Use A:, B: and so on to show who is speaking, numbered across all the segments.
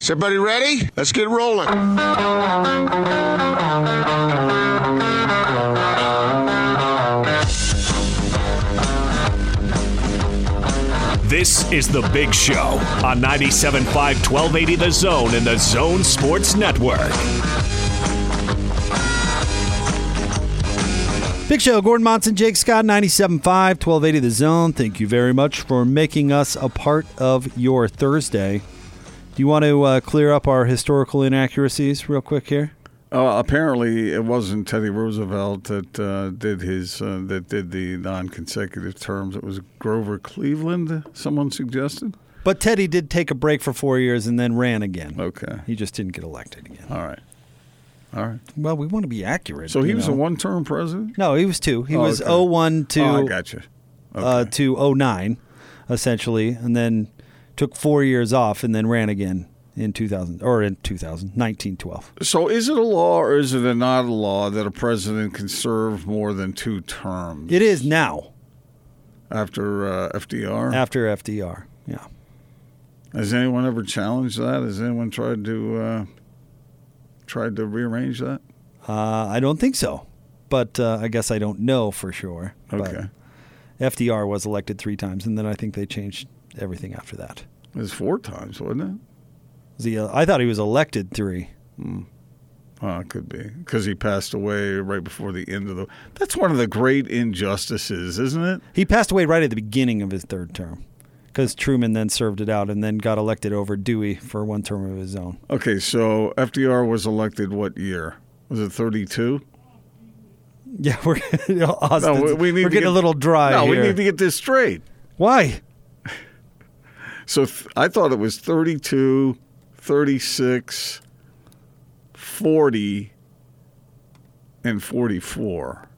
A: Is everybody ready? Let's get rolling.
B: This is The Big Show on 97.5, 1280 The Zone and The Zone Sports Network.
C: Big Show, Gordon Monson, Jake Scott, 97.5, 1280 The Zone. Thank you very much for making us a part of your Thursday. Do you want to uh, clear up our historical inaccuracies real quick here?
D: Uh, apparently, it wasn't Teddy Roosevelt that uh, did his uh, that did the non-consecutive terms. It was Grover Cleveland. Someone suggested.
C: But Teddy did take a break for four years and then ran again.
D: Okay.
C: He just didn't get elected again.
D: All right. All right.
C: Well, we want to be accurate.
D: So he
C: you
D: was
C: know.
D: a one-term president.
C: No, he was two. He
D: Oh,
C: was
D: okay.
C: oh one to
D: oh, I gotcha. Okay.
C: uh, to 09, essentially, and then took four years off and then ran again in 2000 or in 2000, 1912.
D: so is it a law or is it a not a law that a president can serve more than two terms
C: It is now
D: after uh, FDR?
C: after FDR. Yeah.
D: Has anyone ever challenged that? Has anyone tried to uh, tried to rearrange that?
C: Uh, I don't think so, but uh, I guess I don't know for sure. But
D: Okay.
C: FDR was elected three times, and then I think they changed everything after that.
D: It was four times, wasn't it?
C: Was he, uh, I thought he was elected three.
D: Oh, it could be because he passed away right before the end of the. That's one of the great injustices, isn't it?
C: He passed away right at the beginning of his third term because Truman then served it out and then got elected over Dewey for one term of his own.
D: Okay, so FDR was elected what year? Was it thirty-two?
C: Yeah, we're Austin. we are getting
D: get-
C: a little dry
D: No,
C: here.
D: we need to get this straight.
C: Why?
D: So th- I thought it was 32, 36, 40, and forty-four.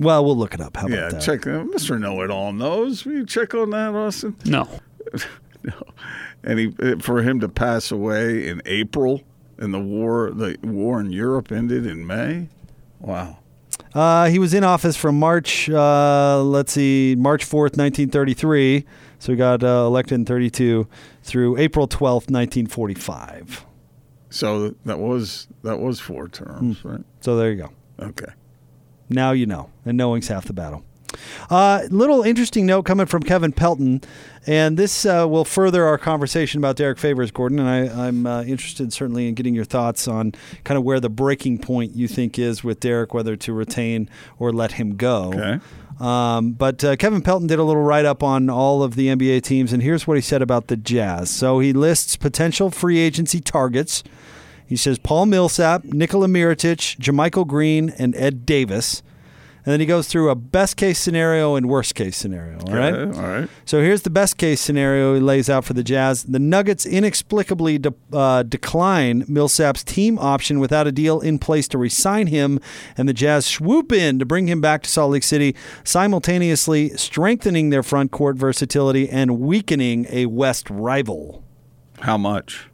C: Well, we'll look it up. How about
D: Yeah,
C: that?
D: check. Uh, Mr. Know It All knows. Will you check on that, Austin?
E: No.
D: and he uh, for him to pass away in April and the war the war in Europe ended in May. Wow.
C: Uh, he was in office from March, uh, let's see, March 4th, 1933. So he got uh, elected in 32 through April 12th, 1945.
D: So that was that was four terms,
C: Hmm.
D: right?
C: So there you go.
D: Okay.
C: Now you know, and knowing's half the battle. Uh, little interesting note coming from Kevin Pelton, and this uh, will further our conversation about Derek Favors, Gordon. And I, I'm uh, interested certainly in getting your thoughts on kind of where the breaking point you think is with Derek, whether to retain or let him go.
D: Okay.
C: Um, but uh, Kevin Pelton did a little write up on all of the NBA teams, and here's what he said about the Jazz. So he lists potential free agency targets. He says Paul Millsap, Nikola Mirotic, Jermichael Green, and Ed Davis. And then he goes through a best case scenario and worst case scenario. All right.
D: Okay, All right.
C: So here's the best case scenario he lays out for the Jazz. The Nuggets inexplicably de- uh, decline Millsap's team option without a deal in place to re-sign him, and the Jazz swoop in to bring him back to Salt Lake City, simultaneously strengthening their front court versatility and weakening a West rival.
D: How much?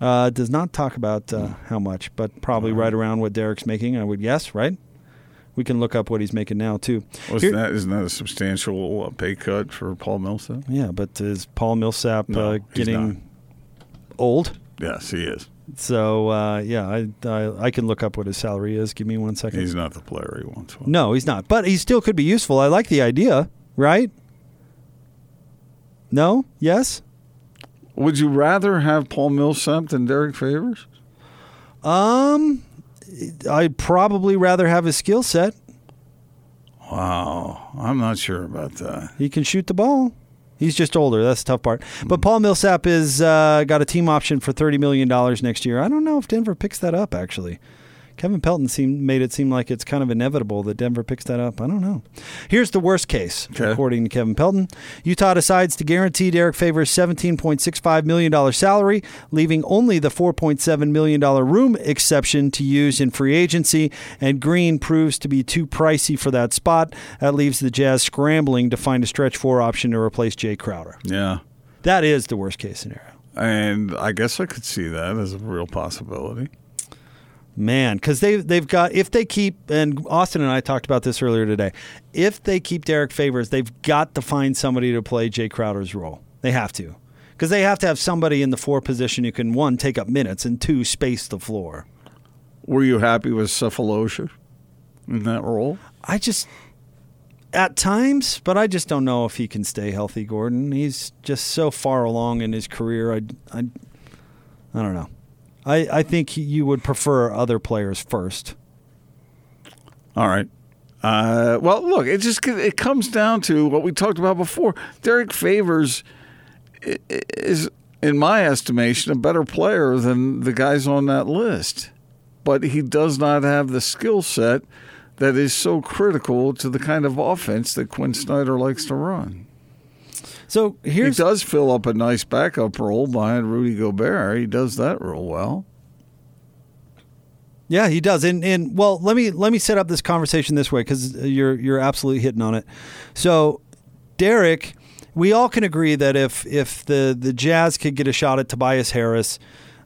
C: Uh, it does not talk about
D: Hmm.
C: uh, how much, but probably right around what Derek's making, I would guess, right? We can look up what he's making now, too.
D: Wasn't
C: Here-
D: that isn't that a substantial uh, pay cut for Paul Millsap?
C: Yeah, but is Paul Millsap uh,
D: No, he's not.
C: getting old?
D: Yes, he is.
C: So uh, yeah, I, I I can look up what his salary is. Give me one second.
D: He's not the player he once was.
C: no, he's not, but he still could be useful. I like the idea, right? No, yes.
D: Would you rather have Paul Millsap than Derek Favors?
C: Um, I'd probably rather have his skill set.
D: Wow, I'm not sure about that.
C: He can shoot the ball. He's just older. That's the tough part. But Paul Millsap is uh, got a team option for thirty million dollars next year. I don't know if Denver picks that up. Actually, Kevin Pelton seemed made it seem like it's kind of inevitable that Denver picks that up. I don't know. Here's the worst case,
D: Okay.
C: according to Kevin Pelton. Utah decides to guarantee Derek Favors seventeen point six five million dollar salary, leaving only the four point seven million dollar room exception to use in free agency. And Green proves to be too pricey for that spot. That leaves the Jazz scrambling to find a stretch four option to replace Jay Crowder.
D: Yeah.
C: That is the worst case scenario.
D: And I guess I could see that as a real possibility.
C: Man, because they they've got if they keep and Austin and I talked about this earlier today. If they keep Derek Favors, they've got to find somebody to play Jay Crowder's role. They have to, because they have to have somebody in the four position who can one take up minutes and two space the floor.
D: Were you happy with Cephalosha in that role?
C: I just at times, but I just don't know if he can stay healthy. Gordon, he's just so far along in his career. I, I, I don't know. I, I think you would prefer other players first.
D: All right. Uh, well, look, it just it comes down to what we talked about before. Derek Favors i- i- is, in my estimation, a better player than the guys on that list, but he does not have the skill set that is so critical to the kind of offense that Quinn Snyder likes to run.
C: So here's
D: he does fill up a nice backup role behind Rudy Gobert. He does that real well.
C: Yeah, he does. And and well, let me let me set up this conversation this way because you're you're absolutely hitting on it. So, Derek, we all can agree that if if the the Jazz could get a shot at Tobias Harris,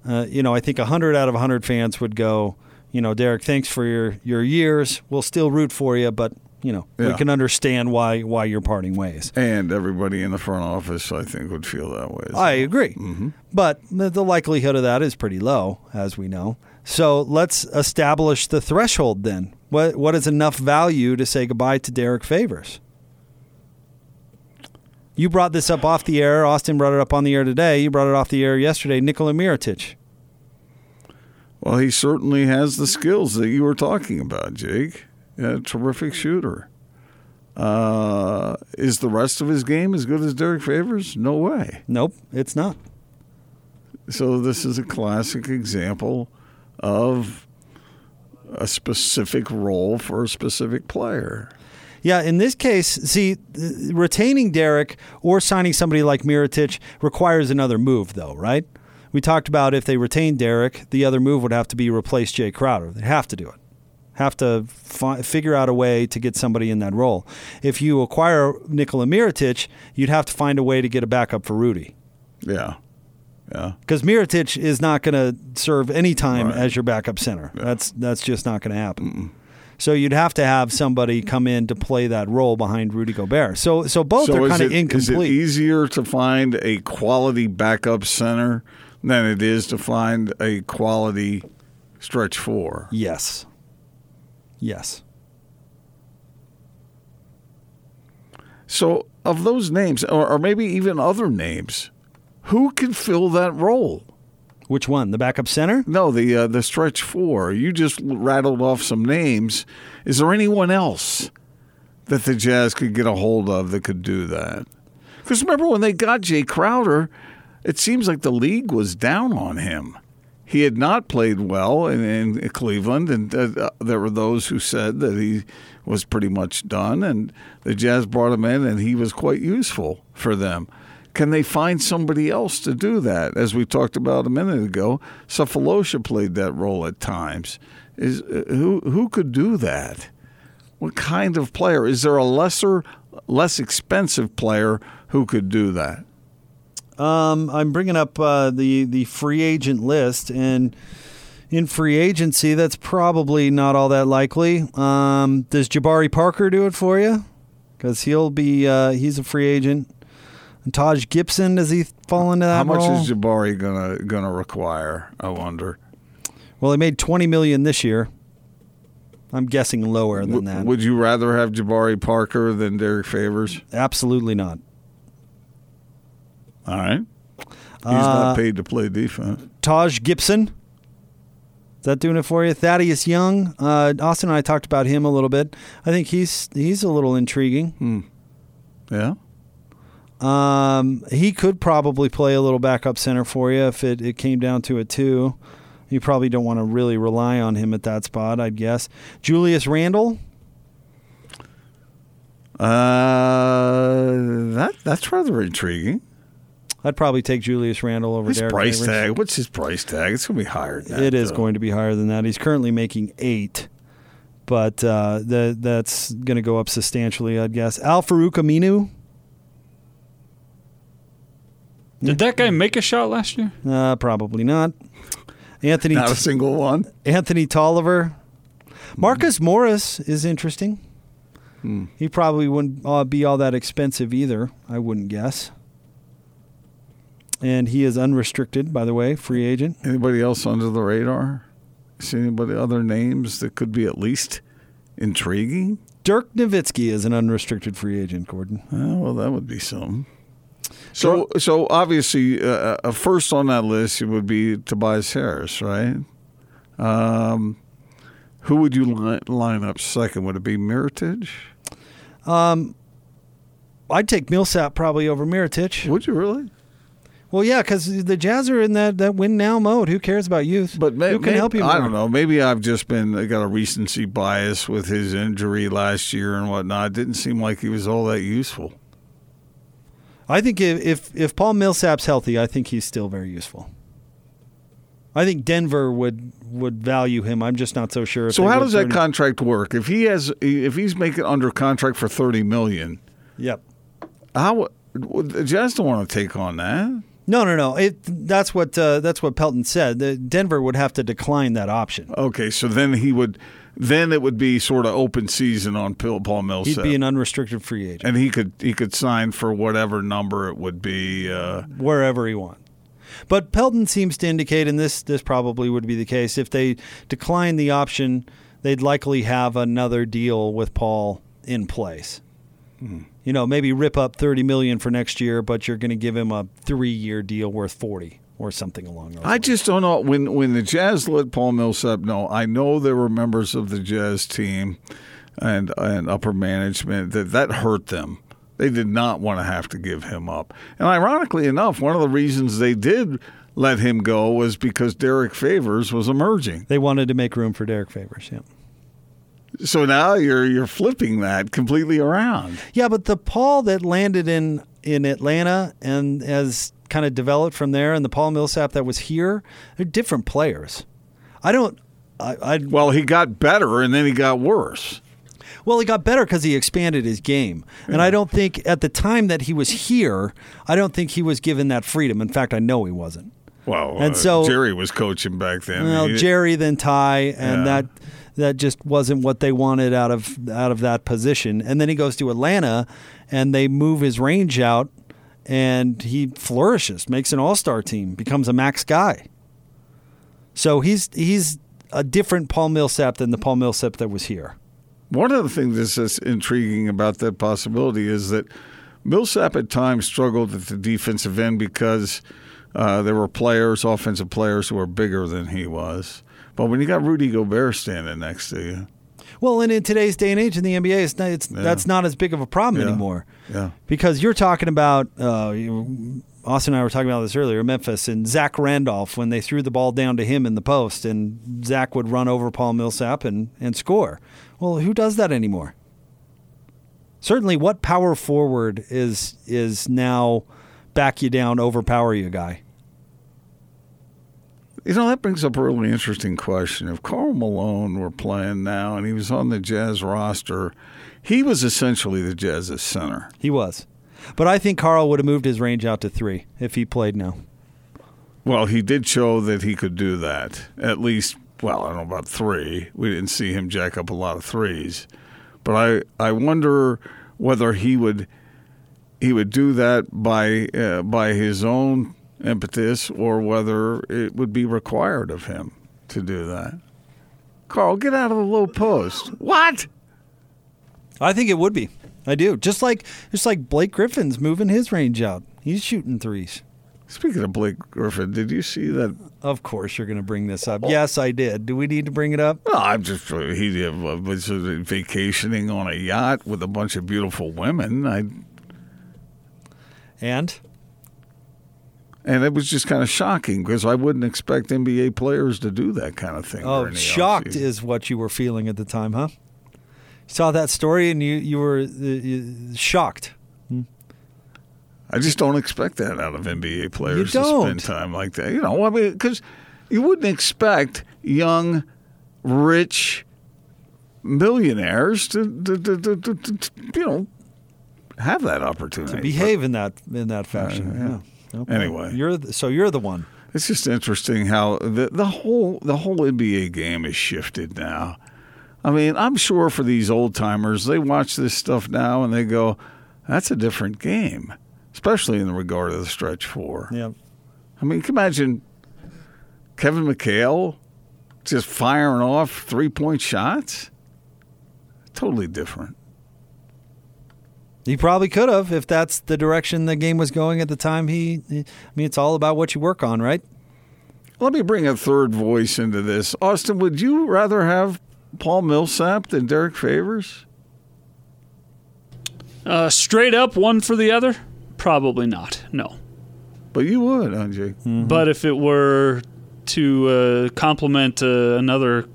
C: uh, you know, I think hundred out of hundred fans would go, you know, Derek, thanks for your your years. We'll still root for you, but you know, we
D: Yeah.
C: can understand why why you're parting ways.
D: And everybody in the front office, I think, would feel that way. as
C: I agree. But the, the likelihood of that is pretty low, as we know. So let's establish the threshold then. What what is enough value to say goodbye to Derek Favors? You brought this up off the air. Austin brought it up on the air today. You brought it off the air yesterday. Nikola Mirotic.
D: Well, he certainly has the skills that you were talking about, Jake. A terrific shooter. Uh, is the rest of his game as good as Derek Favors? No way.
C: Nope, it's not.
D: So this is a classic example of a specific role for a specific player.
C: Yeah, in this case, see, th- retaining Derek or signing somebody like Miritich requires another move, though, right? We talked about if they retain Derek, the other move would have to be replace Jay Crowder. They have to do it. Have to fi- figure out a way to get somebody in that role. If you acquire Nikola Miritich, you'd have to find a way to get a backup for Rudy
D: Yeah. Yeah.
C: because Miritich is not going to serve any time
D: Right.
C: as your backup center. That's that's just not going to happen. So you'd have to have somebody come in to play that role behind Rudy Gobert. So so both
D: so
C: are
D: is
C: kind
D: it-
C: of
D: is it
C: incomplete.
D: easier to find a quality backup center than it is to find a quality stretch four?
C: Yes. Yes.
D: So, of those names, or, or maybe even other names, who can fill that role?
C: Which one? The backup center?
D: No, the uh, the stretch four. You just rattled off some names. Is there anyone else that the Jazz could get a hold of that could do that? Because remember when they got Jay Crowder, it seems like the league was down on him. He had not played well in, in Cleveland, and uh, there were those who said that he was pretty much done. And the Jazz brought him in, and he was quite useful for them. Can they find somebody else to do that? As we talked about a minute ago, Cephalosha played that role at times. Is uh, who who could do that? What kind of player is there? A lesser, less expensive player who could do that?
C: Um, I'm bringing up uh, the the free agent list, and in free agency, that's probably not all that likely. Um, does Jabari Parker do it for you? Because he'll be uh, he's a free agent. And Taj Gibson does he fall into that
D: How much
C: role?
D: is Jabari gonna gonna require? I wonder.
C: well, he made 20 million this year. I'm guessing lower than
D: W-
C: that.
D: would you rather have Jabari Parker than Derek Favors?
C: Absolutely not.
D: All right, he's
C: Uh,
D: not paid to play defense.
C: Taj Gibson. Is that doing it for you? Thaddeus Young. Uh, Austin and I talked about him a little bit. I think he's he's a little intriguing.
D: Yeah.
C: Um, he could probably play a little backup center for you if it, it came down to it too. You probably don't want to really rely on him at that spot, I'd guess. Julius Randle.
D: Uh, that that's rather intriguing.
C: I'd probably take Julius Randle over
D: His
C: Derek
D: price
C: Favors.
D: tag. What's his price tag? It's gonna be higher. Than
C: It
D: that, uh,
C: is
D: though.
C: going to be higher than that. He's currently making eight, but uh, the, that's going to go up substantially, I'd guess. Al Farouk Aminu.
E: Did that guy make a shot last year?
C: Uh, probably not. Anthony
D: Not a single one.
C: Anthony Tolliver. Marcus
D: Hmm.
C: Morris is interesting. He probably wouldn't uh, be all that expensive either, I wouldn't guess. and he is unrestricted, by the way, free agent.
D: Anybody else under the radar? See anybody other names that could be at least intriguing?
C: Dirk Nowitzki is an unrestricted free agent, Gordon.
D: Uh, well, that would be some. So, so obviously, uh, uh, first on that list it would be Tobias Harris, right? Um, who would you li- line up second? Would it be Meritage?
C: I'd take Millsap probably over Miritich.
D: Would you really?
C: Well, yeah, because the Jazz are in that, that win now mode. Who cares about youth?
D: But may,
C: who can
D: may-
C: help you?
D: I
C: more?
D: don't know. Maybe I've just been I got a recency bias with his injury last year and whatnot. It didn't seem like he was all that useful.
C: I think if, if if Paul Millsap's healthy, I think he's still very useful. I think Denver would would value him. I'm just not so sure. If
D: So
C: they
D: how
C: would
D: does that
C: for-
D: contract work? If he has, if he's making under contract for thirty million,
C: Yep.
D: how the Jazz don't want to take on that?
C: No, no, no. It, that's what uh, that's what Pelton said. The Denver would have to decline that option.
D: Okay, so then he would, then it would be sort of open season on Paul Paul Millsap,
C: He'd be an unrestricted free agent
D: and he could he could sign for whatever number it would be. Uh,
C: wherever he wants. But Pelton seems to indicate, and this this probably would be the case if they decline the option, they'd likely have another deal with Paul in place. You know, maybe rip up thirty million for next year, but you're going to give him a three year deal worth forty or something along those.
D: I
C: lines.
D: just don't know when when the Jazz let Paul Millsap know. I know there were members of the Jazz team and and upper management that that hurt them. They did not want to have to give him up. And ironically enough, one of the reasons they did let him go was because Derek Favors was emerging.
C: they wanted to make room for Derek Favors. Yeah.
D: So now you're you're flipping that completely around.
C: Yeah, but the Paul that landed in in Atlanta and has kind of developed from there, and the Paul Millsap that was here, they're different players. I don't. I, I
D: Well, he got better and then he got worse.
C: well, he got better because he expanded his game, and I don't think at the time that he was here, I don't think he was given that freedom. In fact, I know he wasn't.
D: Well,
C: And
D: uh,
C: so-
D: Jerry was coaching back then.
C: Well,
D: He-
C: Jerry then Ty, and
D: Yeah.
C: that that just wasn't what they wanted out of out of that position. And then he goes to Atlanta, and they move his range out, and he flourishes, makes an All Star team, becomes a max guy. So he's he's a different Paul Millsap than the Paul Millsap that was here.
D: One of the things that's that's intriguing about that possibility is that Millsap at times struggled at the defensive end because uh, there were players, offensive players, who were bigger than he was. But when you got Rudy Gobert standing next to you,
C: Well, and in today's day and age in the NBA, it's, not, it's that's not as big of a problem
D: Yeah.
C: anymore.
D: Yeah.
C: Because you're talking about uh, you- Austin and I were talking about this earlier. Memphis and Zach Randolph when they threw the ball down to him in the post, and Zach would run over Paul Millsap and and score. Well, who does that anymore? Certainly, what power forward is is now back you down, overpower you guy?
D: you know that brings up a really interesting question. If Carl Malone were playing now and he was on the Jazz roster, he was essentially the Jazz's center.
C: He was, but I think Carl would have moved his range out to three if he played now.
D: Well, he did show that he could do that. At least, well, I don't know about three. We didn't see him jack up a lot of threes, but I I wonder whether he would he would do that by uh, by his own impetus or whether it would be required of him to do that. Carl, get out of the low post. What?
C: I think it would be. I do. Just like just like Blake Griffin's moving his range out. He's shooting threes.
D: Speaking of Blake Griffin, did you see that?
C: Of course you're going to bring this up. Yes, I did. Do we need to bring it up?
D: Well, I'm just he uh, was vacationing on a yacht with a bunch of beautiful women. I
C: And
D: And it was just kind of shocking because I wouldn't expect NBA players to do that kind of thing.
C: oh,
D: during the
C: shocked
D: offseason.
C: is what you were feeling at the time, huh? Saw that story and you you were uh, you- shocked.
D: I just don't expect that out of NBA players to
C: don't.
D: spend time like that. You know, I mean, because you wouldn't expect young, rich millionaires to, to, to, to, to, to- to, you know have that opportunity.
C: Behave in that in that fashion.
D: Uh, yeah.
C: Yeah.
D: But anyway,
C: You're the, so you're the one.
D: It's just interesting how the the whole the whole NBA game is shifted now. I mean, I'm sure for these old timers, they watch this stuff now and they go, "That's a different game," especially in regard to the stretch four.
C: Yeah.
D: I mean, you can imagine Kevin McHale just firing off three point shots. Totally different.
C: He probably could have if that's the direction the game was going at the time. He, I mean, it's all about what you work on, right?
D: Let me bring a third voice into this. Austin, would you rather have Paul Millsap than Derek Favors?
E: Uh, straight up, one for the other? Probably not. No.
D: But you would, aren't you?
E: But if it were to uh, complement uh, another,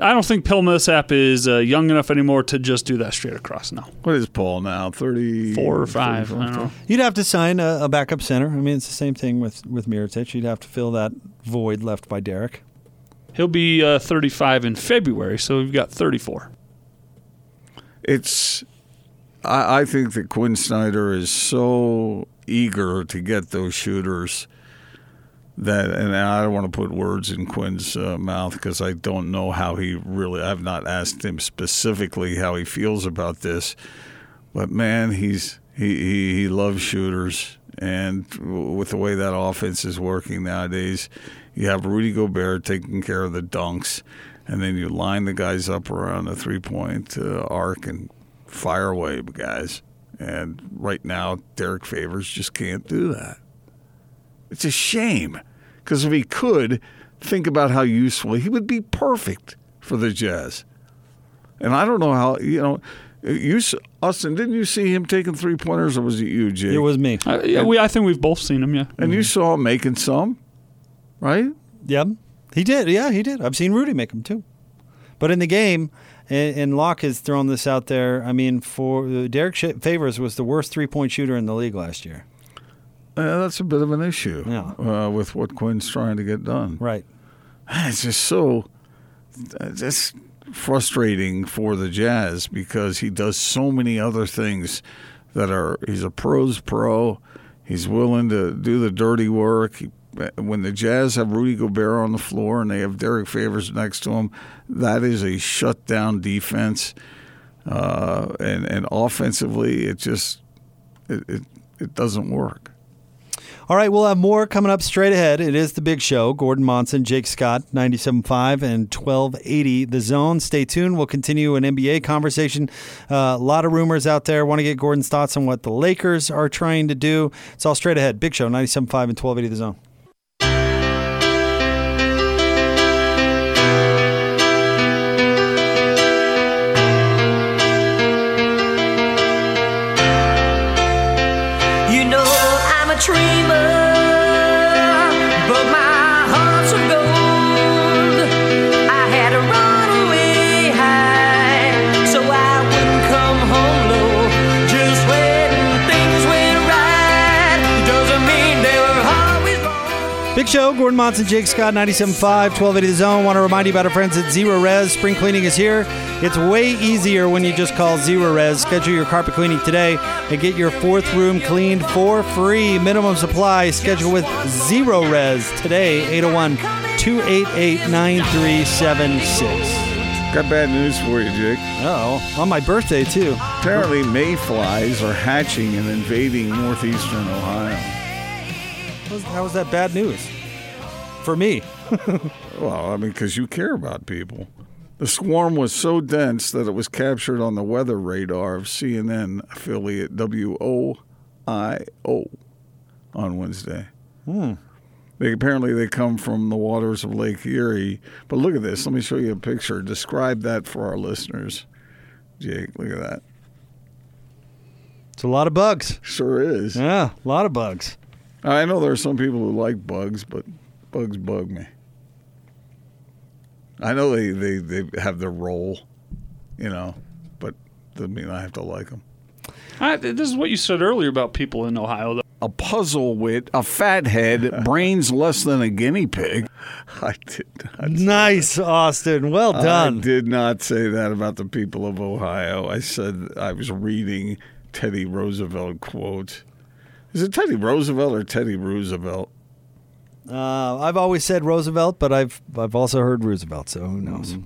E: I don't think Pill Millsap is uh, young enough anymore to just do that straight across. No,
D: What is Paul now? 30
E: four or five. I don't know.
C: You'd have to sign a, a backup center. I mean, it's the same thing with with Mirotic. You'd have to fill that void left by Derek.
E: He'll be uh, 35 in February, so we've got 34.
D: it's I, I think that Quinn Snyder is so eager to get those shooters that and I don't want to put words in Quinn's uh, mouth because I don't know how he really I've not asked him specifically how he feels about this but man he's he he, he loves shooters and with the way that offense is working nowadays you have Rudy Gobert taking care of the dunks and then you line the guys up around the three point uh, arc and fire away, guys. And right now, Derek Favors just can't do that. It's a shame because if he could, think about how useful he would be perfect for the Jazz. And I don't know how, you know, you, s- Austin, didn't you see him taking three pointers or was it you, Jake?
C: It was me.
E: Uh, yeah, we, I think we've both seen him, yeah.
D: And you saw him making some, right?
C: Yep. He did. Yeah, he did. I've seen Rudy make them too. But in the game, and, and Locke has thrown this out there. I mean, for uh, Derek Sh- Favors was the worst three point shooter in the league last year.
D: Uh, that's a bit of an issue
C: Yeah.
D: uh, with what Quinn's trying to get done.
C: Right.
D: It's just so uh, just frustrating for the Jazz because he does so many other things that are he's a pros pro. He's willing to do the dirty work. He, when the Jazz have Rudy Gobert on the floor and they have Derek Favors next to him, that is a shutdown defense. Uh, and and offensively, it just it, it, it doesn't work.
C: All right, we'll have more coming up straight ahead. It is the big show. Gordon Monson, Jake Scott, 97.5 and 1280 The Zone. Stay tuned. We'll continue an NBA conversation. Uh, a lot of rumors out there. Want to get Gordon's thoughts on what the Lakers are trying to do. It's all straight ahead. Big show, 97.5 and 1280 The Zone.
F: You know I'm a dreamer, but my heart's of gold. I had to run away high, so I wouldn't come home low. Just when things went right, doesn't mean they were always wrong.
C: Big Show, Gordon Monson, Jake Scott, 97.5, 1280 The Zone. Want to remind you about our friends at Zero Res. Spring cleaning is here. It's way easier when you just call Zero Res. Schedule your carpet cleaning today and get your fourth room cleaned for free. Minimum supply. Schedule with Zero Res today, 801 288 9376.
D: Got bad news for you, Jake.
C: Oh, on my birthday, too.
D: Apparently, mayflies are hatching and invading northeastern Ohio.
C: How was that bad news? For me.
D: Well, I mean, because you care about people. The swarm was so dense that it was captured on the weather radar of CNN affiliate WOIO on Wednesday. They apparently they come from the waters of Lake Erie. But look at this. Let me show you a picture. Describe that for our listeners, Jake. Look at that.
C: It's a lot of bugs.
D: Sure is.
C: Yeah, a lot of bugs.
D: I know there are some people who like bugs, but bugs bug me. I know they, they, they have their role, you know, but doesn't mean I have to like them.
E: I, this is what you said earlier about people in Ohio, though.
D: A puzzle wit, a fathead, brains less than a guinea pig. I did not.
C: Nice, Austin. Well
D: I
C: done.
D: did not say that about the people of Ohio. I said I was reading Teddy Roosevelt quote. Is it Teddy Roosevelt or Teddy Roosevelt?
C: Uh, I've always said Roosevelt, but I've I've also heard Roosevelt, so who knows?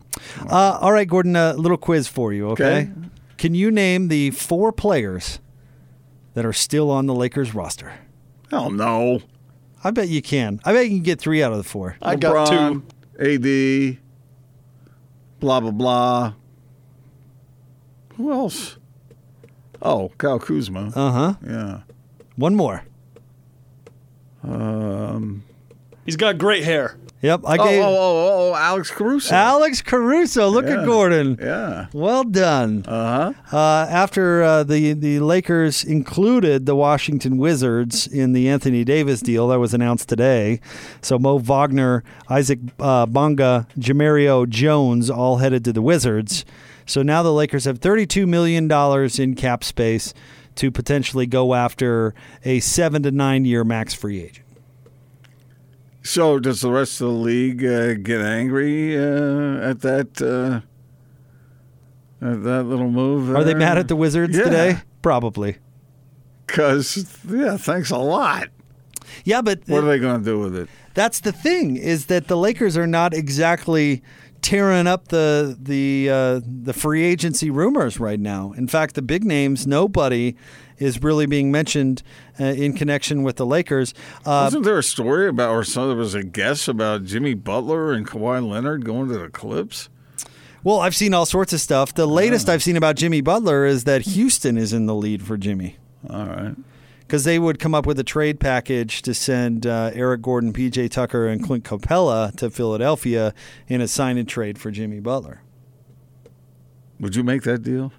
C: Uh, all right, Gordon, a little quiz for you, okay?
D: Mm-hmm. Okay.
C: Can you name the four players that are still on the Lakers roster?
D: Hell no.
C: I bet you can. I bet you can get three out of the four.
G: I got two.
D: AD, blah, blah, blah. Who else? Oh, Kyle Kuzma.
C: Uh huh.
D: yeah.
C: One more.
G: He's got great hair.
C: Yep. I
D: Um, Oh,
C: gave
D: oh, oh, oh, Alex Caruso.
C: Alex Caruso. Look
D: Yeah.
C: at Gordon.
D: Yeah.
C: Well done.
D: Uh huh.
C: Uh, after uh, the the Lakers included the Washington Wizards in the Anthony Davis deal that was announced today, so Mo Wagner, Isaac uh, Bonga, Jamario Jones all headed to the Wizards. So now the Lakers have 32 million dollars in cap space to potentially go after a seven to nine year max free agent.
D: So, does the rest of the league uh, get angry uh, at that uh, at that little move?
C: Are they mad at the Wizards
D: Yeah.
C: today? Probably.
D: Because yeah, thanks a lot.
C: Yeah, but
D: What are they going to do with it?
C: That's the thing is that the Lakers are not exactly tearing up the the uh, the free agency rumors right now. In fact, the big names, nobody is really being mentioned uh, in connection with the Lakers. Uh,
D: Wasn't there a story about, or some, there was a guess about Jimmy Butler and Kawhi Leonard going to the Clips?
C: well, I've seen all sorts of stuff. The latest I've seen about Jimmy Butler is that Houston is in the lead for Jimmy.
D: All right.
C: because they would come up with a trade package to send uh, Eric Gordon, PJ Tucker, and Clint Capella to Philadelphia in a sign and trade for Jimmy Butler.
D: Would you make that deal?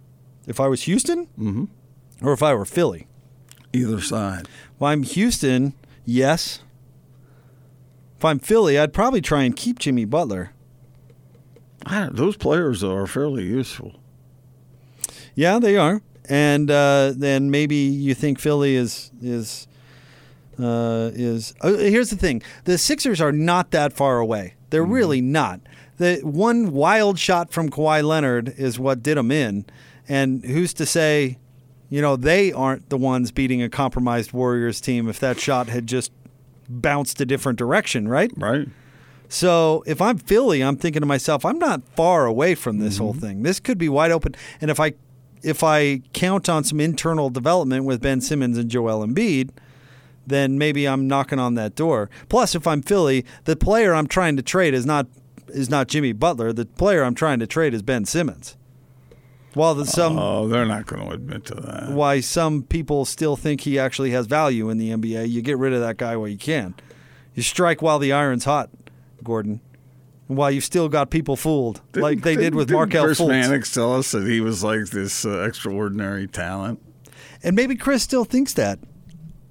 C: If I was Houston, mm-hmm. or if I were Philly,
D: Either side.
C: if I'm Houston, yes. If I'm Philly, I'd probably try and keep Jimmy Butler.
D: I don't, those players are fairly useful.
C: Yeah, they are, and uh, then maybe you think Philly is is uh, is. Uh, here's the thing: the Sixers are not that far away. They're really not. The one wild shot from Kawhi Leonard is what did them in, and who's to say, you know, they aren't the ones beating a compromised Warriors team if that shot had just bounced a different direction, right?
D: Right.
C: So if I'm Philly, I'm thinking to myself, I'm not far away from this whole thing. This could be wide open. And if I if I count on some internal development with Ben Simmons and Joel Embiid, then maybe I'm knocking on that door. Plus, if I'm Philly, the player I'm trying to trade is not is not Jimmy Butler. The player I'm trying to trade is Ben Simmons. While the, some
D: Oh, they're not going to admit to that.
C: why some people still think he actually has value in the NBA. You get rid of that guy while you can. You strike while the iron's hot, Gordon. And while you've still got people fooled, like they did with
D: didn't
C: Markel
D: Chris
C: Fultz.
D: Mannix tell us that he was like this uh, extraordinary talent.
C: And maybe Chris still thinks that.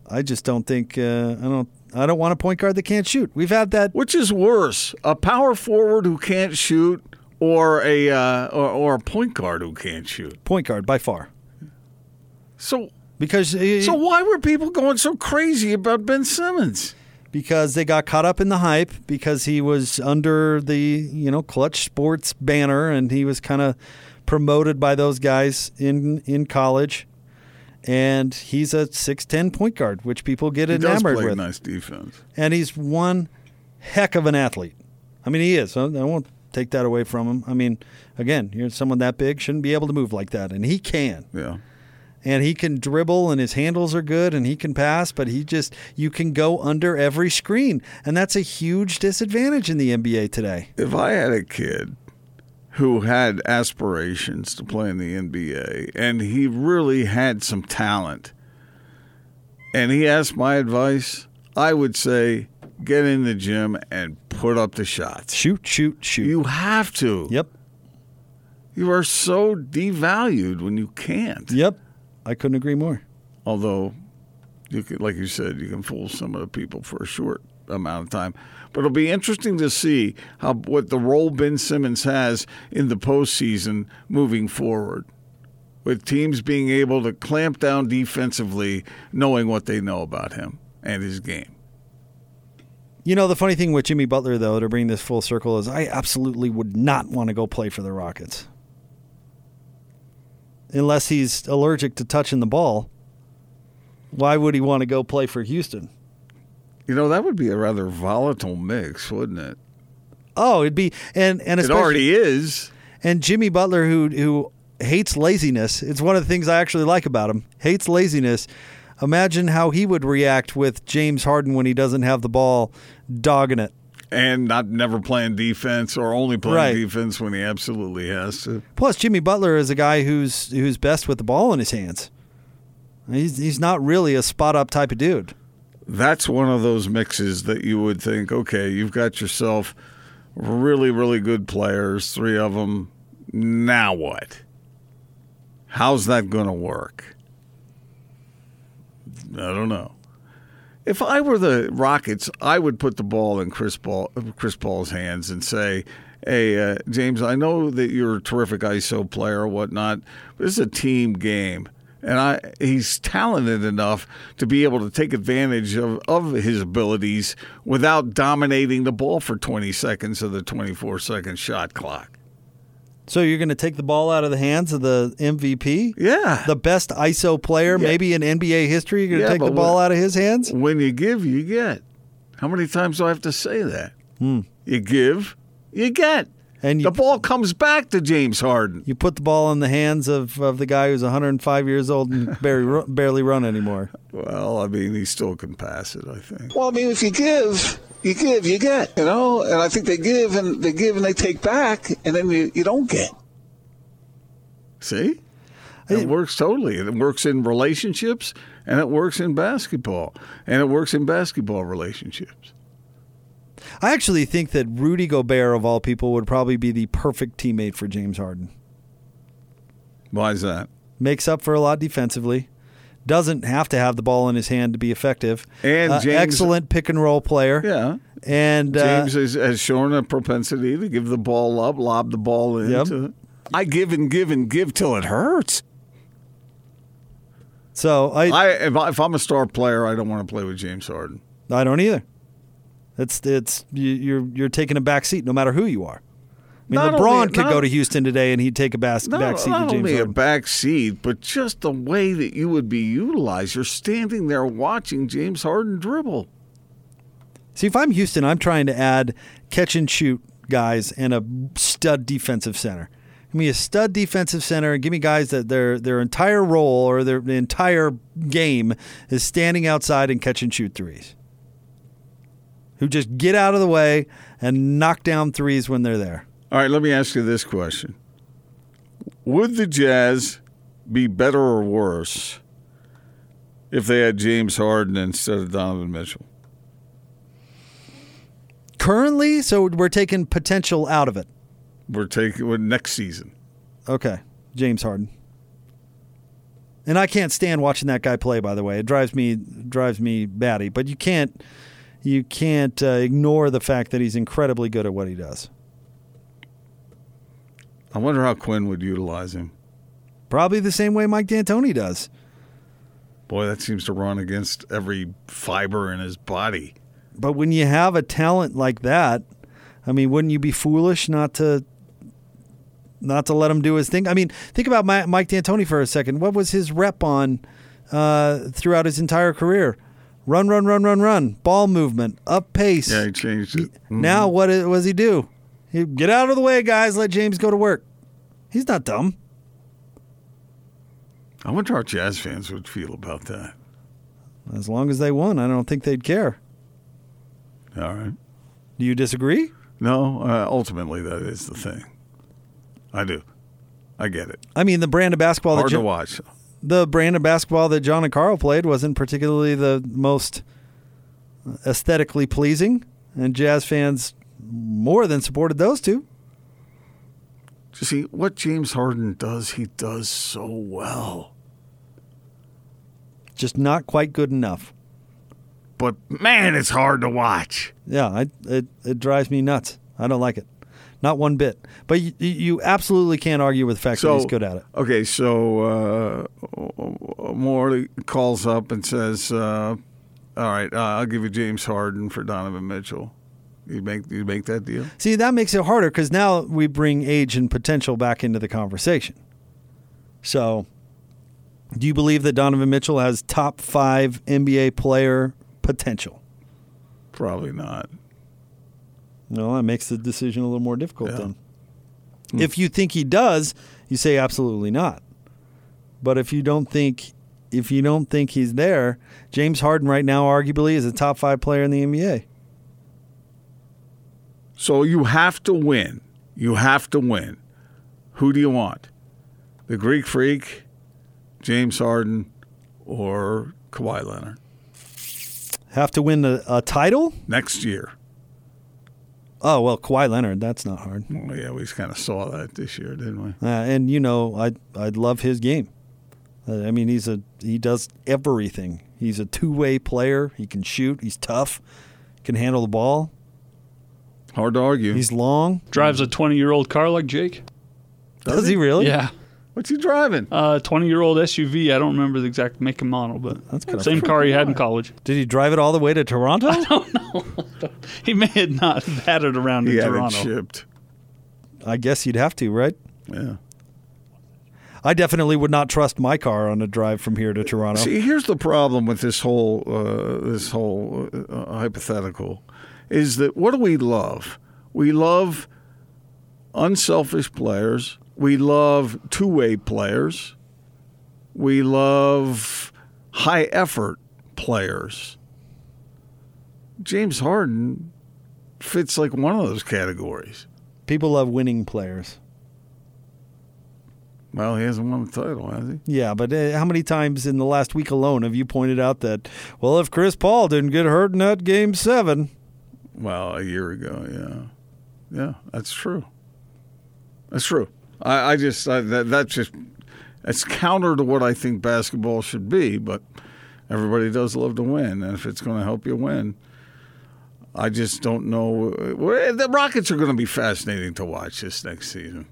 C: I just don't think uh, I don't I don't want a point guard that can't shoot. We've had that
D: Which is worse, a power forward who can't shoot, or a uh, or, or a point guard who can't shoot?
C: point guard by far.
D: So
C: Because uh,
D: so why were people going so crazy about Ben Simmons?
C: because they got caught up in the hype because he was under the you know clutch sports banner and he was kind of promoted by those guys in in college and he's a 6'10 point guard which people get
D: He does
C: enamored
D: play
C: with
D: nice defense.
C: and he's one heck of an athlete i mean he is i I won't take that away from him i mean again you're someone that big shouldn't be able to move like that and he can
D: Yeah.
C: and he can dribble and his handles are good and he can pass, but he just you can go under every screen. And that's a huge disadvantage in the NBA today.
D: If I had a kid who had aspirations to play in the NBA and he really had some talent and he asked my advice, I would say get in the gym and put up the shots.
C: Shoot, shoot, shoot.
D: You have to.
C: yep.
D: You are so devalued when you can't.
C: Yep. I couldn't agree more.
D: although you could, like you said, you can fool some of the people for a short amount of time. But it'll be interesting to see how what the role Ben Simmons has in the postseason moving forward, with teams being able to clamp down defensively, knowing what they know about him and his game.
C: You know, the funny thing with Jimmy Butler though, to bring this full circle, is I absolutely would not want to go play for the Rockets. Unless he's allergic to touching the ball. Why would he want to go play for Houston?
D: You know that would be a rather volatile mix, wouldn't it?
C: Oh, it'd be and and
D: It
C: especially
D: already is.
C: And Jimmy Butler, who who hates laziness, it's one of the things I actually like about him. Hates laziness. Imagine how he would react with James Harden when he doesn't have the ball dogging it.
D: and not never playing defense or only playing
C: Right.
D: defense when he absolutely has to.
C: Plus, Jimmy Butler is a guy who's who's best with the ball in his hands. He's he's not really a spot up type of dude.
D: That's one of those mixes that you would think, okay, you've got yourself really, really good players, three of them. Now what? How's that going to work? I don't know. If I were the Rockets, I would put the ball in Chris Paul, Chris Paul's hands and say, "Hey, uh, James, I know that you're a terrific ISO player or whatnot, but this is a team game, and I he's talented enough to be able to take advantage of, of his abilities without dominating the ball for 20 seconds of the 24 second shot clock."
C: So you're going to take the ball out of the hands of the MVP,
D: Yeah,
C: the best ISO player maybe in NBA history. You're going to
D: Yeah,
C: take the
D: but
C: ball
D: what-
C: out of his hands.
D: when you give, you get. How many times do I have to say that? You give, you get.
C: And you-
D: the ball comes back to James Harden.
C: You put the ball in the hands of, of the guy who's 105 years old and barely, ru- barely run anymore.
D: Well, I mean, he still can pass it, I think.
H: Well, I mean, if you give, you give, you get, you know. And I think they give and they give and they take back, and then you, you don't get.
D: See? It works totally. It works in relationships and it works in basketball. And it works in basketball relationships.
C: I actually think that Rudy Gobert, of all people, would probably be the perfect teammate for James Harden.
D: Why is that?
C: Makes up for a lot defensively. Doesn't have to have the ball in his hand to be effective.
D: And
C: Uh,
D: James-
C: excellent pick and roll player.
D: Yeah.
C: And uh,
D: James has, has shown a propensity to give the ball up, lob the ball in.
C: Yep.
D: to- I give and give and give till it hurts.
C: so I,
D: I if, I if I'm a star player, I don't want to play with James Harden.
C: I don't either. It's it's you, you're you're taking a back seat no matter who you are. I mean,
D: Not
C: LeBron
D: only-
C: could
D: not-
C: go to Houston today and he'd take a bas-
D: Not,
C: back seat to
D: not
C: James
D: only
C: Harden.
D: a back seat, but just the way that you would be utilized. You're standing there watching James Harden dribble.
C: See, if I'm Houston, I'm trying to add catch and shoot guys and a stud defensive center. Give me a stud defensive center and give me guys that their their entire role or their entire game is standing outside and catch and shoot threes. Who just get out of the way and knock down threes when they're there.
D: All right, let me ask you this question. Would the Jazz be better or worse if they had James Harden instead of Donovan Mitchell?
C: Currently, so we're taking potential out of it.
D: We're taking well, next season.
C: Okay. James Harden. And I can't stand watching that guy play by the way. It drives me drives me batty, but you can't you can't uh, ignore the fact that he's incredibly good at what he does.
D: I wonder how Quinn would utilize him.
C: Probably the same way Mike D'Antoni does.
D: Boy, that seems to run against every fiber in his body.
C: But when you have a talent like that, I mean, wouldn't you be foolish not to not to let him do his thing? I mean, think about Mi- Mike D'Antoni for a second. What was his rep on uh, throughout his entire career? Run, run, run, run, run. Ball movement, up pace.
D: Yeah, mm-hmm. he changed it.
C: Now what i- what does he do? He, get out of the way, guys. Let James go to work. He's not dumb.
D: I wonder how Jazz fans would feel about that.
C: As long as they won, I don't think they'd care.
D: All right.
C: Do you disagree?
D: No, uh, ultimately, that is the thing. I do. I get it.
C: I mean, Oh, the brand of basketball that
D: Hard to
C: Jo-
D: watch.
C: the brand of basketball that John and Carl played wasn't particularly the most aesthetically pleasing, and Jazz fans more than supported those two.
D: You see, what James Harden does, he does so well.
C: Just not quite good enough.
D: But man, it's hard to watch.
C: Yeah, I, it it drives me nuts. I don't like it, not one bit. But you, you absolutely can't argue with the fact that he's good at it.
D: Okay, so uh, Moore calls up and says, uh, "All right, uh, I'll give you James Harden for Donovan Mitchell. You make you make that deal."
C: See, that makes it harder because now we bring age and potential back into the conversation. So, do you believe that Donovan Mitchell has top five NBA player potential?
D: Probably not.
C: No, that makes the decision a little more difficult then. Hmm. If you think he does, you say absolutely not. But if you don't think if you don't think he's there, James Harden right now arguably is a top five player in the NBA.
D: So you have to win. You have to win. Who do you want? The Greek Freak, James Harden, or Kawhi Leonard
C: Have to win a, a title?
D: next year?
C: Oh well, Kawhi Leonard. That's not hard.
D: Well, yeah, we kind of saw that this year, didn't we?
C: Uh, and you know, I I love his game. Uh, I mean, he's a he does everything. He's a two way player. He can shoot. He's tough. Can handle the ball.
D: Hard to argue.
C: He's long.
E: Drives a 20 year old car like Jake.
C: Does, he really?
E: Yeah.
D: What's he driving?
E: Uh, 20 year old SUV. I don't remember the exact make and model, but
C: That's kinda
E: same car he had in college.
C: Did he drive it all the way to Toronto?
E: He may have not had it around
D: he
E: in
D: had it
E: Toronto.
D: shipped.
C: I guess you'd have to, right?
D: Yeah.
C: I definitely would not trust my car on a drive from here to Toronto.
D: See, here's the problem with this whole uh, this whole uh, hypothetical is that what do we love? We love unselfish players. We love two-way players. We love high effort players. James Harden fits like one of those categories.
C: People love winning players.
D: Well, he hasn't won a title, has he?
C: Yeah, but uh, how many times in the last week alone have you pointed out that, well, if Chris Paul didn't get hurt in that game seven,
D: Well, a year ago, yeah, yeah, that's true. That's true. I, I just I, that that's just that's counter to what I think basketball should be. But everybody does love to win, and if it's going to help you win, I just don't know. Well, eh, The Rockets are going to be fascinating to watch this next season.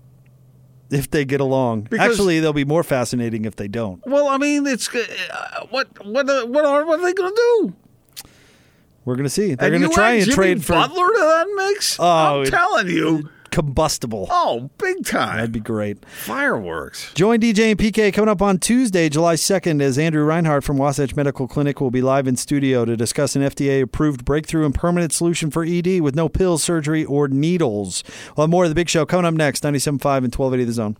C: if they get along.
D: Because-
C: Actually, they'll be more fascinating if they don't.
D: Well, I mean, it's uh, what what uh, what are what are they going to do?
C: We're going to see. They're going
D: And
C: to
D: you
C: try
D: add
C: and
D: Jimmy
C: trade for
D: Butler to that mix.
C: Oh,
D: I'm
C: it-
D: telling you,
C: combustible.
D: oh, big
C: That'd
D: time
C: be great.
D: fireworks.
C: Join DJ and PK coming up on Tuesday, July 2nd, as Andrew Reinhardt from Wasatch Medical Clinic will be live in studio to discuss an FDA approved breakthrough and permanent solution for ED with no pills, surgery, or needles. We'll have more of the big show coming up next 97.5 and 1280 The Zone.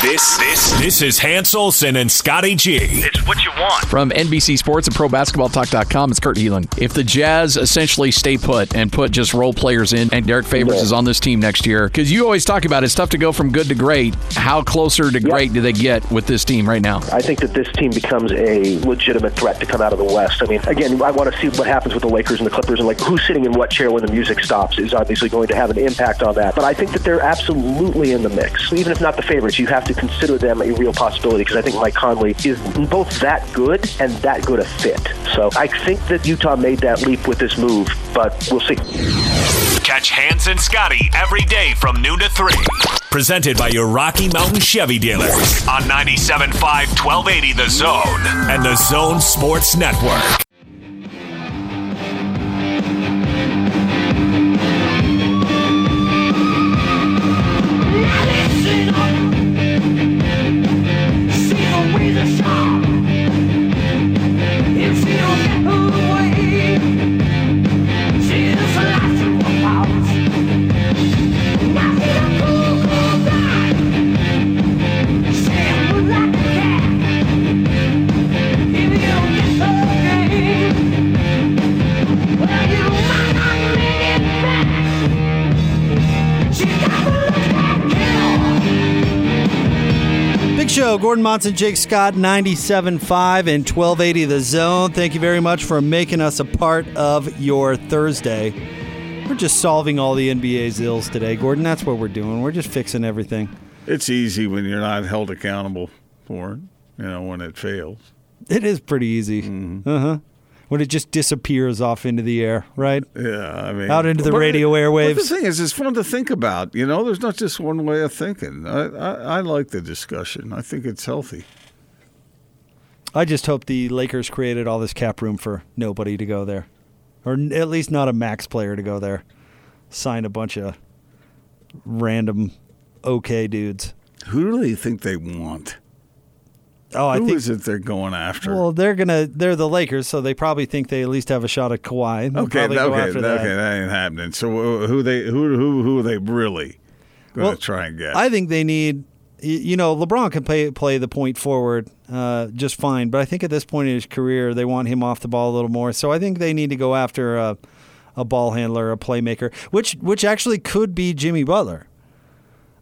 B: This this this is Hans Olsen and Scotty G.
I: It's what you want.
J: From NBC Sports and ProBasketballTalk.com, it's Kurt Heelan. If the Jazz essentially stay put and put just role players in, and Derek Favors is on this team next year, because you always talk about it's tough to go from good to great. How closer to great do they get with this team right now?
I: I think that this team becomes a legitimate threat to come out of the West. I mean, again, I want to see what happens with the Lakers and the Clippers and like who's sitting in what chair when the music stops is obviously going to have an impact on that. But I think that they're absolutely in the mix. Even if not the favorites, you have to consider them a real possibility because I think Mike Conley is both that good and that good a fit. So I think that Utah made that leap with this move, but we'll see.
B: Catch Hans and Scotty every day from noon to three. Presented by your Rocky Mountain Chevy dealers on 97.5 1280 The Zone and The Zone Sports Network.
F: She got the look that kills.
C: Big Show, Gordon Monson, Jake Scott, 97.5 and 1280 The Zone. Thank you very much for making us a part of your Thursday. We're just solving all the NBA's ills today, Gordon. That's what we're doing. We're just fixing everything.
D: It's easy when you're not held accountable for it, you know, when it fails.
C: It is pretty easy.
D: Mm-hmm.
C: Uh huh. When it just disappears off into the air, right?
D: Yeah, I mean,
C: Out into the
D: But-
C: radio airwaves.
D: But the thing is, it's fun to think about. You know, there's not just one way of thinking. I, I, I like the discussion. I think it's healthy.
C: I just hope the Lakers created all this cap room for nobody to go there, or n- at least not a max player to go there. Sign a bunch of random okay dudes.
D: Who do they think they want?
C: Oh, I
D: Who
C: think
D: is it they're going after?
C: well they're gonna they're the Lakers, so they probably think they at least have a shot at Kawhi. They'll
D: okay,
C: probably
D: okay,
C: go
D: okay,
C: after that.
D: that ain't happening. So uh, who they who who who are they really going to
C: Well,
D: try and get?
C: I think they need y- you know, LeBron can play play the point forward uh, just fine, but I think at this point in his career, they want him off the ball a little more. So I think they need to go after a, a ball handler, a playmaker, which which actually could be Jimmy Butler.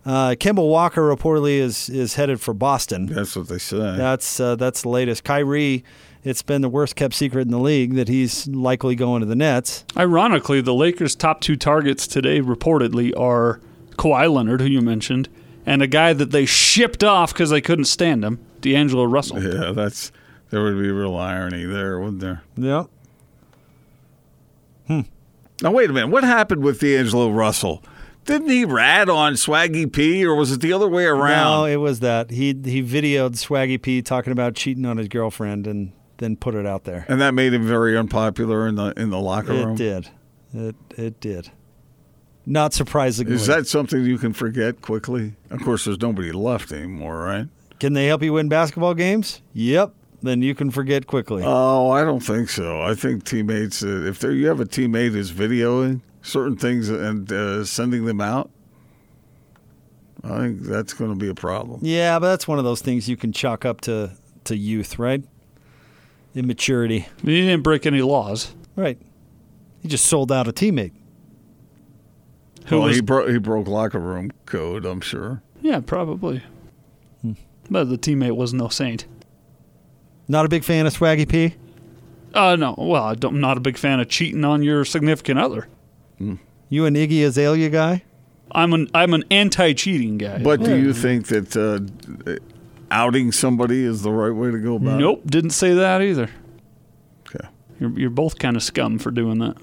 C: Uh, Kemba Walker reportedly is is headed for Boston.
D: That's what they say.
C: That's uh, that's the latest. Kyrie, it's been the worst kept secret in the league that he's likely going to the Nets.
E: Ironically, the Lakers' top two targets today reportedly are Kawhi Leonard, who you mentioned, and a guy that they shipped off because they couldn't stand him, D'Angelo Russell.
D: Yeah, that's there would be real irony there, wouldn't there?
C: Yeah.
D: Now wait a minute. What happened with D'Angelo Russell? Didn't he rat on Swaggy P, or was it the other way
C: No,
D: around?
C: it was that he he videoed Swaggy P talking about cheating on his girlfriend and then put it out there.
D: And that made him very unpopular in the in the locker room.
C: It did. It it did. Not surprisingly.
D: Is that something you can forget quickly? Of course, there's nobody left anymore, right?
C: Can they help you win basketball games? Yep. Then you can forget quickly.
D: Oh, I don't think so. I think teammates, uh, if there you have a teammate who's videoing certain things and uh, sending them out, I think that's going to be a problem.
C: yeah, but that's one of those things you can chalk up to to youth, right? Immaturity.
E: He didn't break any laws.
C: Right. He just sold out a teammate.
E: Who
D: well,
E: was-
D: he, bro- he broke locker room code, I'm sure.
E: Yeah, probably.
D: Hmm.
E: But the teammate was no saint.
C: Not a big fan of Swaggy P.
E: Uh, no. Well, I don't, I'm not a big fan of cheating on your significant other.
C: You an Iggy Azalea guy?
E: I'm an I'm an anti-cheating guy.
D: But do you think that uh, outing somebody is the right way to go about
E: nope, didn't say that either.
D: it? Okay.
E: You're, you're both kind of scum for doing that.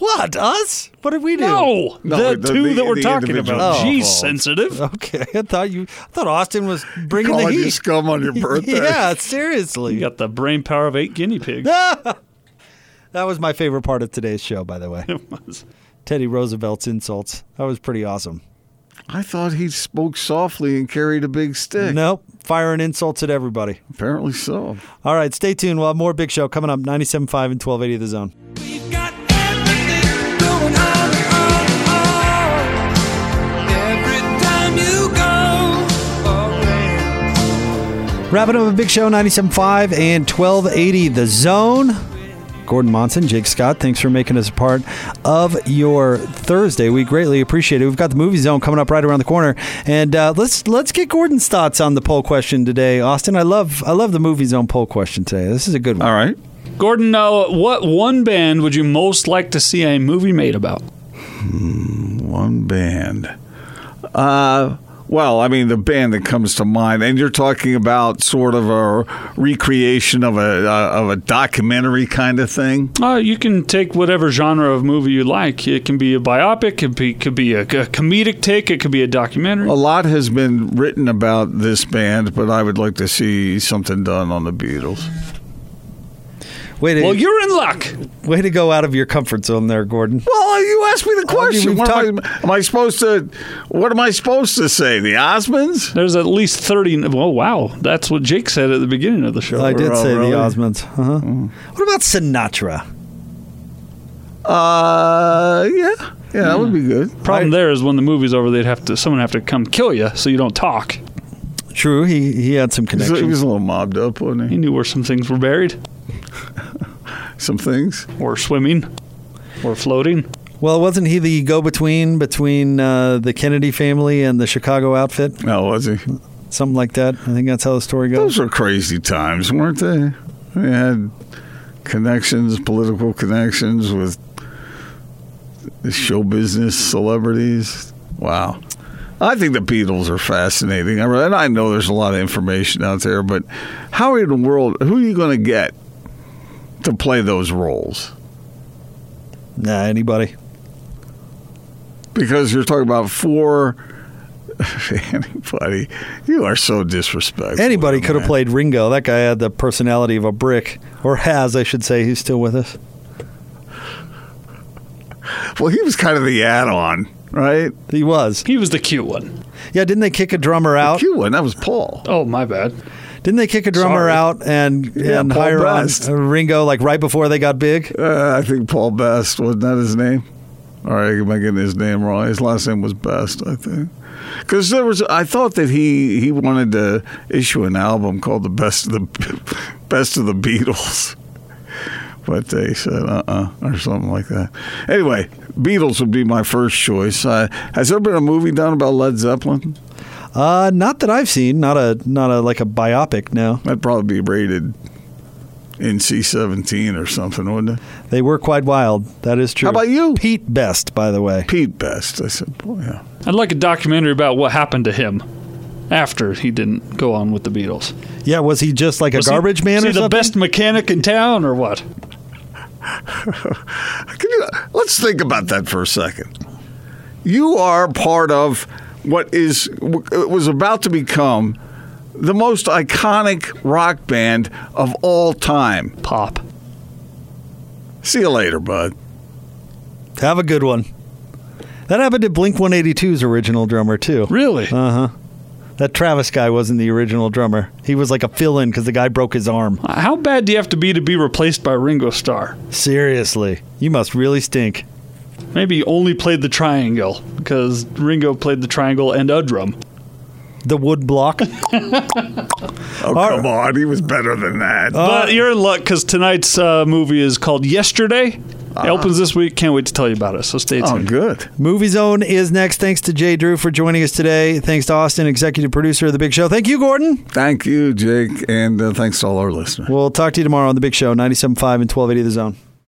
C: What us? What did we do?
E: No,
D: No,
E: the,
D: the-
E: two
D: the-
E: that we're
D: the
E: talking
D: individual
E: about.
D: Oh.
E: Geez,
D: involved.
E: sensitive.
C: Okay, I thought you. I thought Austin was bringing the
D: Calling you
C: heat.
D: scum on your birthday.
C: Yeah, seriously.
E: You got the brain power of eight guinea pigs.
C: That was my favorite part of today's show, by the way.
E: It was-
C: Teddy Roosevelt's insults. That was pretty awesome.
D: I thought he spoke softly and carried a big stick.
C: Nope, firing insults at everybody.
D: Apparently so.
C: All right, stay tuned. We'll have more Big Show coming up 97.5 and 1280 The Zone. Wrapping up a Big Show 97.5 and 1280 The Zone. Gordon Monson, Jake Scott, thanks for making us a part of your Thursday. We greatly appreciate it. We've got the movie zone coming up right around the corner, and uh, let's let's get Gordon's thoughts on the poll question today. Austin, I love I love the movie zone poll question today. This is a good one.
D: All right.
E: Gordon, uh, what one band would you most like to see a movie made about?
D: One band. Uh, well, I mean, the band that comes to mind, and you're talking about sort of a recreation of a uh, of a documentary kind of thing.
E: Uh, you can take whatever genre of movie you like. It can be a biopic. It could be could be a, a comedic take. It could be a documentary.
D: A lot has been written about this band, but I would like to see something done on the Beatles.
C: Way to,
E: well, you're in luck.
C: way to go out of your comfort zone there, Gordon.
D: Well, uh, you asked me the question.
C: we've
D: What am, I, am I supposed to? What am I supposed to say? The Osmonds?
E: There's at least thirty. Oh wow, that's what Jake said at the beginning of the show.
C: I did
D: Oh,
C: say
D: really? Mm.
C: the Osmonds. Uh-huh. What about Sinatra?
D: Uh, yeah, yeah, that would be good.
E: Problem there is when the movie's over, they'd have to someone have to come kill you so you don't talk.
C: True, he he had some
D: He was, he
C: connections.
D: was a little mobbed up, wasn't
E: He
D: he?
E: knew where some things were buried,
D: Some things.
E: or swimming, or floating.
C: Well, wasn't he the go-between between uh, the Kennedy family and the Chicago outfit?
D: No, was he?
C: Something like that. I think that's how the story goes.
D: Those were crazy times, weren't they? They had connections, political connections with the show business celebrities. Wow. I think the Beatles are fascinating. I re- and I know there's a lot of information out there, but how in the world, who are you going to get to play those roles?
C: Nah, anybody.
D: Because you're talking about four. Anybody, you are so disrespectful.
C: Anybody could have
D: man.
C: played Ringo. That guy had the personality of a brick, or has, I should say. He's still with us.
D: Well, he was kind of the add-on, right?
C: He was.
E: He was the cute one.
C: Yeah, didn't they kick a drummer out?
D: Q one. That was Paul.
E: Oh my bad.
C: Didn't they kick a drummer
E: Sorry.
C: out and
D: Yeah,
C: and
D: Paul
C: hire uh, on
D: Best.
C: Ringo like right before they got big?
D: Uh, I think Paul Best wasn't that his name. All right, am I getting his name wrong? His last name was Best, I think. Because there was, I thought that he he wanted to issue an album called the Best of the Best of the Beatles, but they said uh uh or something like that. Anyway, Beatles would be my first choice. Uh, has there been a movie done about Led Zeppelin?
C: Uh, not that I've seen. Not a not a like a biopic. No,
D: That'd probably be rated NC seventeen or something, wouldn't it?
C: they were quite wild. That is true.
D: How about you,
C: Pete Best, by the way?
D: Pete Best? I said, boy, yeah.
E: I'd like a documentary about what happened to him after he didn't go on with the Beatles.
C: Yeah, was he just like a garbage
E: he,
C: man
E: was
C: or
E: he the
C: something?
E: best mechanic in town or what?
D: Can you, let's think about that for a second. You are part of what is was about to become the most iconic rock band of all time.
E: Pop.
D: See you later, bud.
C: Have a good one. That happened to Blink 182's original drummer too.
E: Really?
C: Uh huh. That Travis guy wasn't the original drummer. He was like a fill-in because the guy broke his arm.
E: How bad do you have to be to be replaced by Ringo Starr?
C: Seriously, you must really stink.
E: Maybe he only played the triangle because Ringo played the triangle and a drum.
C: The wood block.
D: Oh come on, he was better than that.
C: Uh.
E: but you're in luck because tonight's uh, movie is called Yesterday.
C: Ah.
E: It opens this week. Can't wait to tell you about it. So stay
D: oh,
E: tuned.
D: good.
C: Movie Zone is next. Thanks to Jay Drew for joining us today. Thanks to Austin, executive producer of The Big Show. Thank you, Gordon.
D: Thank you, Jake, and uh, thanks to all our listeners.
C: We'll talk to you tomorrow on The Big Show, 97.5 and 1280 The Zone.